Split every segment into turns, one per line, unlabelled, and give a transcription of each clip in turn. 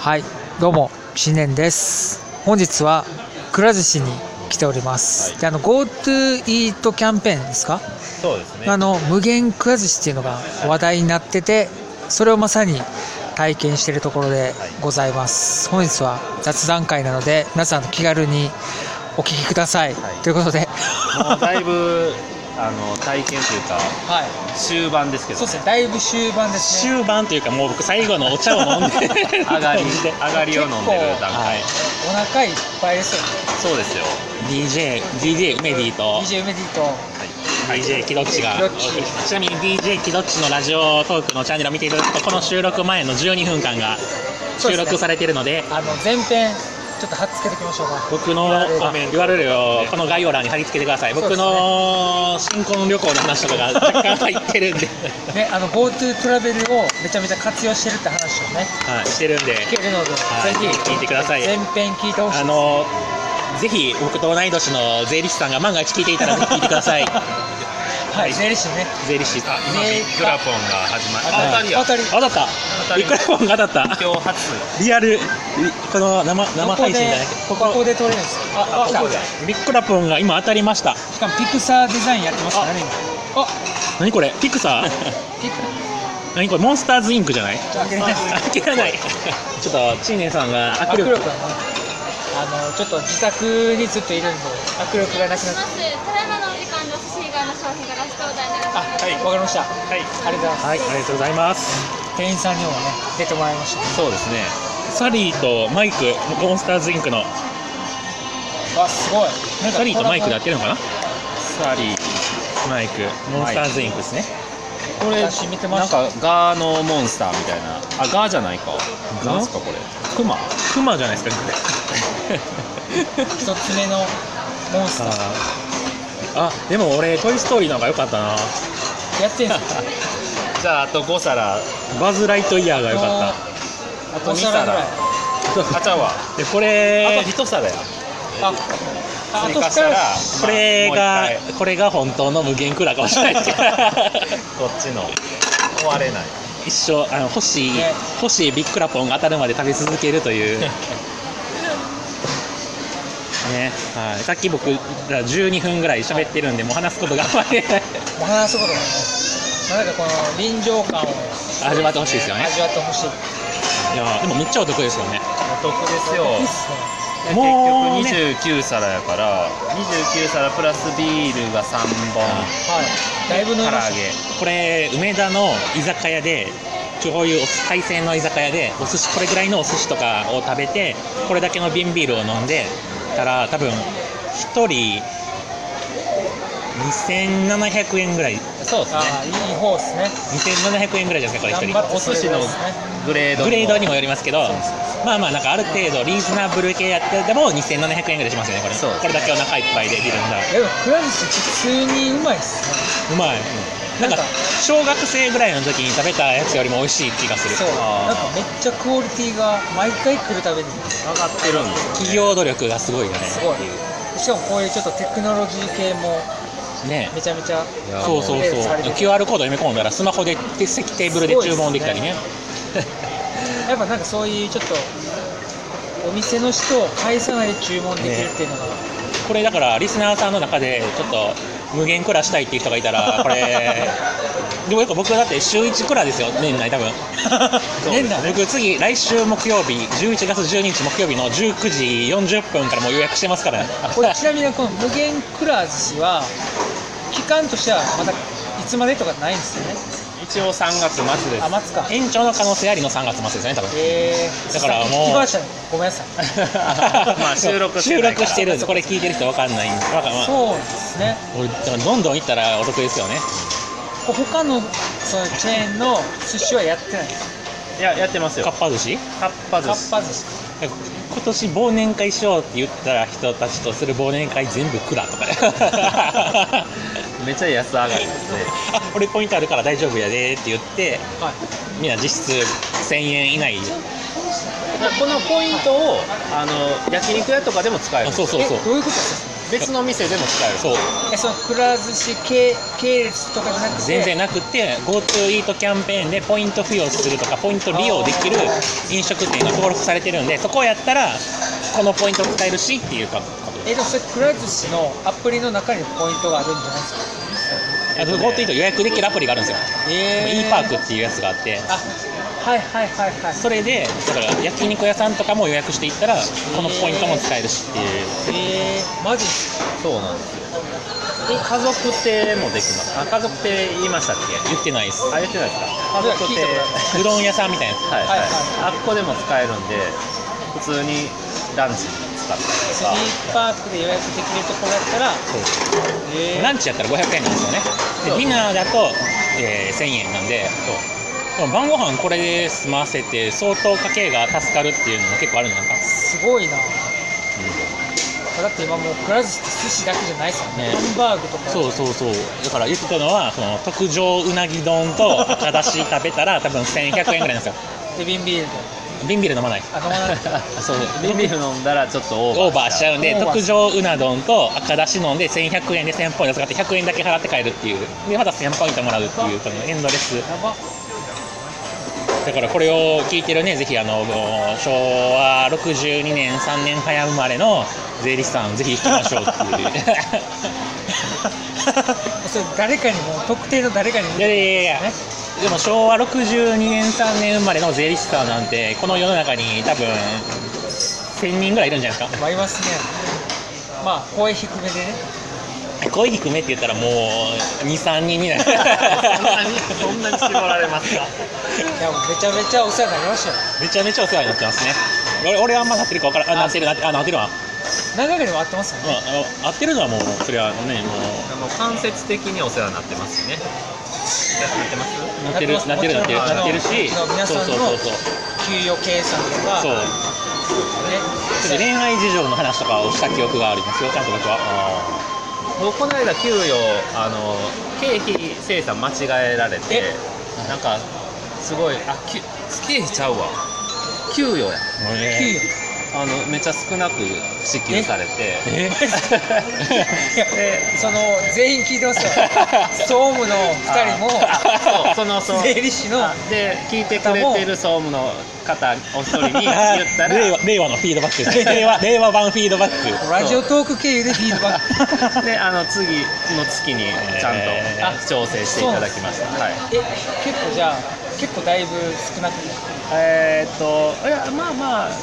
はい、どうも、知念です。本日はくら寿司に来ております。
はい
で、あの GoTo イートキャンペーンですか？
そうですね。
あの無限くら寿司っていうのが話題になってて、それをまさに体験しているところでございます。本日は雑談会なので、皆さん気軽にお聞きください。
はい
ということで、
もうだいぶあの体験というか
はい、
終盤ですけど、
そうですね。だいぶ終盤ですね。
終盤というかもう僕最後のお茶を飲んで
上 がり
感じで
上がりを飲んでる段階。
お腹いっぱいですよね。
そうですよ。
DJ, DJ メディと
DJ メディと。
DJ キロッチが
キロッチ
ちなみに DJ キロッチのラジオトークのチャンネルを見ていただくとこの収録前の12分間が
そうですね
収録されているので
あの前編ちょっと貼っつけておきましょうか。
僕のあ URL をこの概要欄に貼り付けてください
そうで
僕
すね
の新婚旅行の話とかが若干入ってる んで、
ね、あの GoTo トラベルをめちゃめちゃ活用してるって話をね、
はい、してるんで
聞けるので、
はい
ぜひ
聞いてください
前編聞いてほしい
あ。のぜひ僕と同い年の税理士さんが万が一聞いていたらぜひ聞いてください
はい、税理士ね。
税理士
あ、今ビッグラポンが始まった。あ、当たりや。
当たり。
当たった
当たり
ビッグラポンが当たった
今日初。
リアルリこの生生
ここ
配信じ
で
ゃなくて
ここで撮れるんですよ。あ、あ、来た。
ビッグラポンが今当たりました
しかもピクサーデザインやってますからね。今あ、
何これピクサー
ピク
何これモンスターズインクじゃない
サー開けないです。
開けられない ちょっとチーネさんが握
握力
力
がね、あのちょっと自宅にずっといるんで握力がなく
し
なっ
ま
て。
す。ただいまのお時間でお寿司以外の商品がラストオーダーになり
あ、
ます。
はい、わかりました。はい、ありがとうございます。
はいありがとうございます
店員さんにもね出てもらいました。
そうですね。
サリーとマイクモンスターズインクの
わすごい
サリーとマイクでやってるのかな
サリー。
マイクモンスターズインクですね
これ
私見てま
なん
した
かガーのモンスターみたいな。あ、ガーじゃないか。
ガー
なんすかこれ。クマ。
クマじゃないですか
一つ目のモンスタ ー
あでも俺トイ・ストーリーの方が良かったな
やってんすか
じゃああと5皿。
バズ・ライトイヤーが良かっ
あと
お
2
皿ぐらい
皿。 あちゃうわ。
たでこれ
あと1皿や。
あああ
追
と
加
二
し
人
たら。
これ
まあ
が
もう一回
これが本当の無限クラかもしれ ないですけど
こっちの終われない。
一生あの欲しい、
ね
欲しいビッグラポンが当たるまで食べ続けるというね、はい、さっき僕ら12分ぐらい喋ってるんでもう話すことがあんまり
お話すことがねなんかこの臨場感を
味わってほしいですよね
味わってほしい
いやでもめっちゃお得ですよね
お得ですよ。
いいっすね
もう
結局29皿やから29皿プラスビールが3本
はいだいぶ飲
唐
み
揚
まし
げ
これ梅田の居酒屋でこういうお海鮮の居酒屋でお寿司これぐらいのお寿司とかを食べてこれだけの瓶ビールを飲んでたら多分1人2700円ぐらい
そうで
たあーいい方ですね
2700円ぐらいじゃないですかこれ
頑張
1
って
人
お寿司のグレード
グレードにもよりますけどまあまあなんかある程度リーズナブル系やってでも2700円ぐらいしますよねこれ
そうですね
これだけお腹いっぱいでビール飲んだら
でもくら寿司普通にうまいっすね
うまいなんか小学生ぐらいの時に食べたやつよりも美味しい気がする
そうな
あー
んかめっちゃクオリティが毎回来るたびに
上がってるんですよ
企業努力がすごいよね
すごいしかもこういうちょっとテクノロジー系も
ね
めちゃめちゃ
いや
そうそう
レ
そう
ースされてる
QR コード読み込んだらスマホで手席テーブルで注文できたりね
やっぱなんかそういうちょっとお店の人を介さないで注文できるっていうのが、
これだからリスナーさんの中でちょっと無限クラしたいっていう人がいたらこれ でもよく僕だって週1クラですよ年内多分
そう
年内僕次来週木曜日11月12日木曜日の19時40分からもう予約してますからね
これちなみにこの無限くら寿司は期間としてはまだいつまでとかないんですよね
一応3月末で
あ待つか
延長の可能性ありの3月末ですね多分
えー、
だからもう
聞きましたねごめんなさい
まあ収録して
収
ないから
録してるんですこれ聞いてる人わかんないんでわかんない
そうですね
これだからどんどん行ったらお得ですよね
これ他のそのチェーンの寿司はやってない
すいややってます
か
よ
っぱ寿司
カッ
か
パ寿
っ
司
ぱ寿司
今年忘年会しようって言った人たちとする忘年会全部クラとかあ
めっちゃ安上がりですね
俺ポイントあるから大丈夫やでって言って
はい
みんな実質1000円以内
だからこのポイントをあの焼肉屋とかでも使える
あそうそうそう
えどういうことですか
別の店でも使える
そう
えそのくら寿司系系列とかじゃなくて
全然なくて GoTo イートキャンペーンでポイント付与するとかポイント利用できる飲食店が登録されてるんでそこをやったらこのポイント使えるしっていうか
えでもそれくら寿司のアプリの中にポイントがあるんじゃないですか
えっとね
GoTo イート予約できるアプリがあるんですよ、
え
e パークっていうやつがあって
あはいはいはいはい
それでだから焼肉屋さんとかも予約していったらこのポイントも使えるしっていう
えー、マジっすか
そうなんですよ家族亭もできますあ家族亭言いましたっけ
言ってないです
あ言ってないですか家族
聞い
亭
たことない
うどん屋さんみたいなやつ
はい
は
はいい、
はい
あっこでも使えるんで普通にランチに使ったりとか
E パークで予約できるところだったらえ
ランチやったら500円なんですよねで
そう
ディナーだと、えー1000円なんででも晩ご飯これで済ませて相当家計が助かるっていうのも結構あるんじゃないか
ー、すごいなだって今もうくら寿司って寿司だけじゃないですよね
ね
ハンバーグとか
そうそうそうだから言ってたのはその特上うなぎ丼と赤だし食べたら多分1100円ぐらいなん ですよ
でビンビールで
瓶ビール飲まない
あ飲まない
そう
ビビール飲んだらちょっとオーバー
オーバーしちゃうんで
オーバー
特上うな丼と赤だし飲んで1100円で1000ポイント使って100円だけ払って帰るっていうでまた1000ポイントもらうっていうこのエンドレス
やば
だからこれを聞いてるね、ぜひあのもう昭和62年、3年早生まれの税理士さん、ぜひ聞きましょうっていう。
それ誰かにも特定の誰かにも
いやいやいやいや、でも昭和62年、3年生まれの税理士さんなんて、この世の中に多分1000人ぐらいいるんじゃないですか。
まあいますねまあ声低めで ね
声低めって言ったらもう2、3人になる。
そんなにそんなに絞られ ます
い
か
やもうめちゃめちゃお世話になりましたよ
めちゃめちゃお世話になってますね。俺俺はあんまなってるか分からん、あなってるなって、あなってるわ。
何回かでも会ってますよね
まああの合ってるのはもうそれはねも
もう間接的にお世話になってますしねなってます
うなってるなってるなってるなってるし
そう皆さんの
そうそうそうそう
給与計算とか
そう
ね
ちょっと恋愛事情の話とかをした記憶がありますよちゃんと僕は
僕この間給与あの経費精算間違えられてなんかすごいあき経費ちゃうわ給与や
給与
あのめちゃ少なく支給されて
え
いやその全員聞いてますよ総務の2人も
あそうそのそう
税理士の
で聞いてくれてる総務の方お一人に言ったら
令和令和のフィードバックです 令和令和版フィードバック
ラジオトーク経由でフィードバック
であの次の月にちゃ
え
んと調整していただきました、はい
え結構じゃあ結構だいぶ少なく
えーっといやまあまあ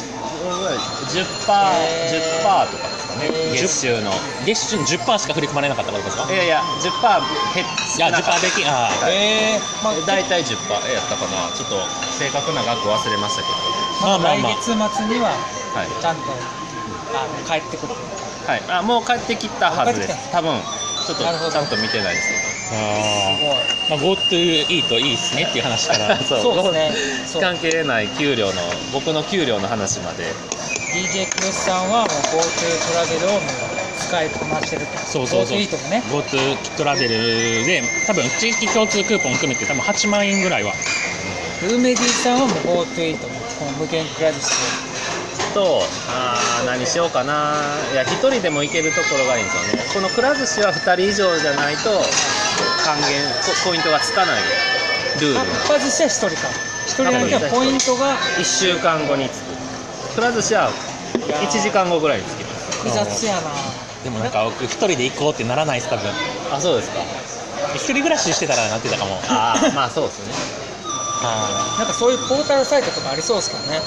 10パ
えー
ー10パーとかですかね
えー
月収の
月収10%しか振り込まれなかったことですか
いやいや10パー減っ
いや10%できあ
はい
ええまあ
大体10パーやったかなちょっと正確な額忘れましたけど
まあまあまあ
来月末には
はい
ちゃんとあの帰ってくる
はい、あもう帰ってきたはずで
帰ってき
す多分ちょっと
なるほど
ちゃんと見てないですけ
も
あまあ GoTo いいといいっすねっていう話か
ど
う
ら
そうですねそう
関係ない給料の僕の給料の話まで
DJ クレスさんはもう GoTo トラベルをもう使いこなしてると
そうそうそう
GoTo イートもね
GoTo トラベルで多分地域共通クーポン含めて多分8万円ぐらいは
ルーメディさんはもう GoTo イートもこの無限くら寿司
とあー何しようかないや一人でも行けるところがいいんですよねこのくら寿司は2人以上じゃないと還元ポポイントがつかないルール
でかっぱ寿司は1人か1人だけはポイントが
1週間後につくくら寿司はい
やー
1時間後ぐらいにつきます
複雑やな
でもなんか僕一人で行こうってならないです多分
あそうですか
一人暮らししてたらなってたかも
ああまあそうですね
あ
なんかそういうポータルサイトとかありそうですからね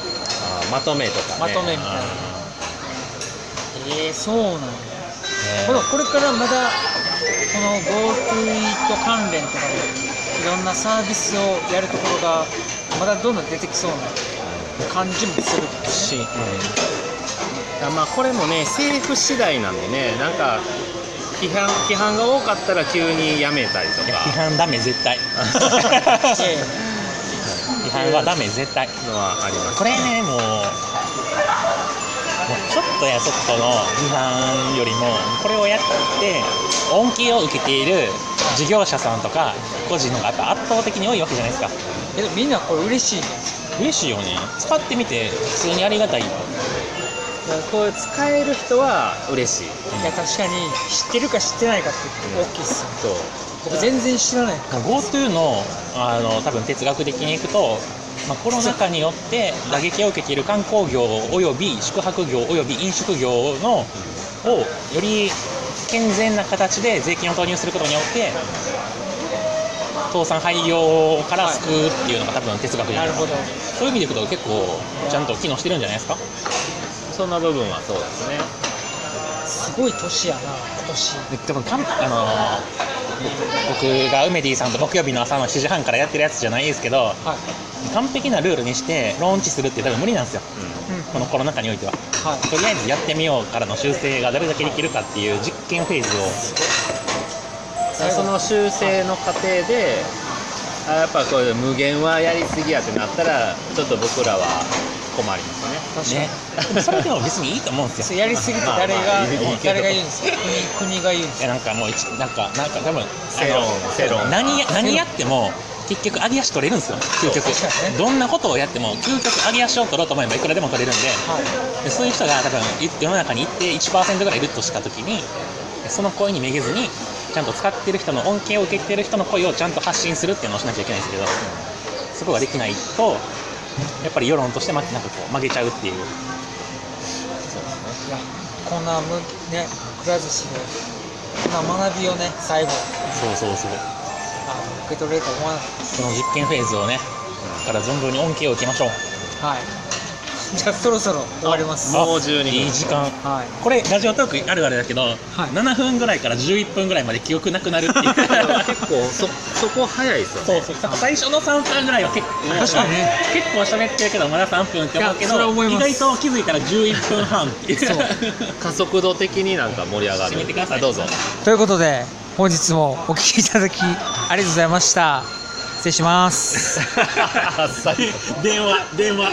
あーまとめとかね
まとめみたいなえー、そうなんだ
ー
ほ
ね
らこれからまだこの GoTo イート関連とかでいろんなサービスをやるところがまだどんどん出てきそうな感じもす る
えし、うん
あまあこれもね政府次第なんでねなんか批判批判が多かったら急にやめたりと
いや批
か
判ダメ絶対
え
批判はダメ絶対
のはあります
これねもうもうちょっとやそっとの批判よりもこれをやって恩恵を受けている事業者さんとか個人の方がやっぱ圧倒的に多いわけじゃないですか
えでもみんなこれ嬉しいね
嬉しいよね使ってみて普通にありがたい
だからこういう使える人は嬉しい
いや確かに知ってるか知ってないかって
うん
大きいっすよね
そう
僕全然知らない
GoTo のあの多分哲学的にいくと、まあ、コロナ禍によって打撃を受けている観光業および宿泊業および飲食業のをより健全な形で税金を投入することによって倒産廃業から救うっていうのが多分哲学じゃ
な
な
いるほ
ですか、
ど
そういう意味でいくと結構ちゃんと機能してるんじゃないですか
その部分はそうですね
すごい年やな今年
でもかんあの僕が梅ディさんと木曜日の朝の7時半からやってるやつじゃないですけど
はい
完璧なルールにしてローンチするって多分無理なんですよ
う
うん
このコロナ禍においては
はい
とりあえずやってみようからの修正がどれだけできるかっていう実験フェーズを
んだからその修正の過程であやっぱこういう無限はやりすぎやってなったらちょっと僕らは困りますね
確かに
ねそれでも別にいいと思うんです
そ
よ
れやりすぎて誰が、
まあまあいいけど
誰が言うんですか国国が言うんです
いやなんかもう一なんかなんか多分あの
世論世論
何や何やっても結局上げ足取れるんですよ究極
そう確かにね
どんなことをやっても究極上げ足を取ろうと思えばいくらでも取れるんで
かはい
でそういう人が多分い世の中に一定1%ぐらいいるとした時にその声にめげずにちゃんと使ってる人の恩恵を受けてる人の声をちゃんと発信するっていうのをしなきゃいけないんですけどそこができないとやっぱり世論としてまなんかこう曲げちゃうっていう
いやこんなむねくら寿司でこんな学びをね最後
そうそうそう
あの受け取れると思わなかっ
その実験フェーズをねから存分に恩恵を受けましょう
たはいじゃあそろそろ終わります
あ
は
もう12分
いい時間
い
これラジオトークあるあるだけど、7分ぐらいから11分ぐらいまで記憶なくなる っていう
結構そそこ早いですよね
そうそう最初の3分ぐらいは結構
確
かにね
結構喋ってるけどまだ3分って思うけ
いやそれは
ど
思い
意
ます
外と気づいたら11分半っていう
そう
加速度的になんか盛り上がる
締めてください
あどうぞ
ということで本日もお聞きいただきありがとうございました 失礼します
あっさりと
電話電話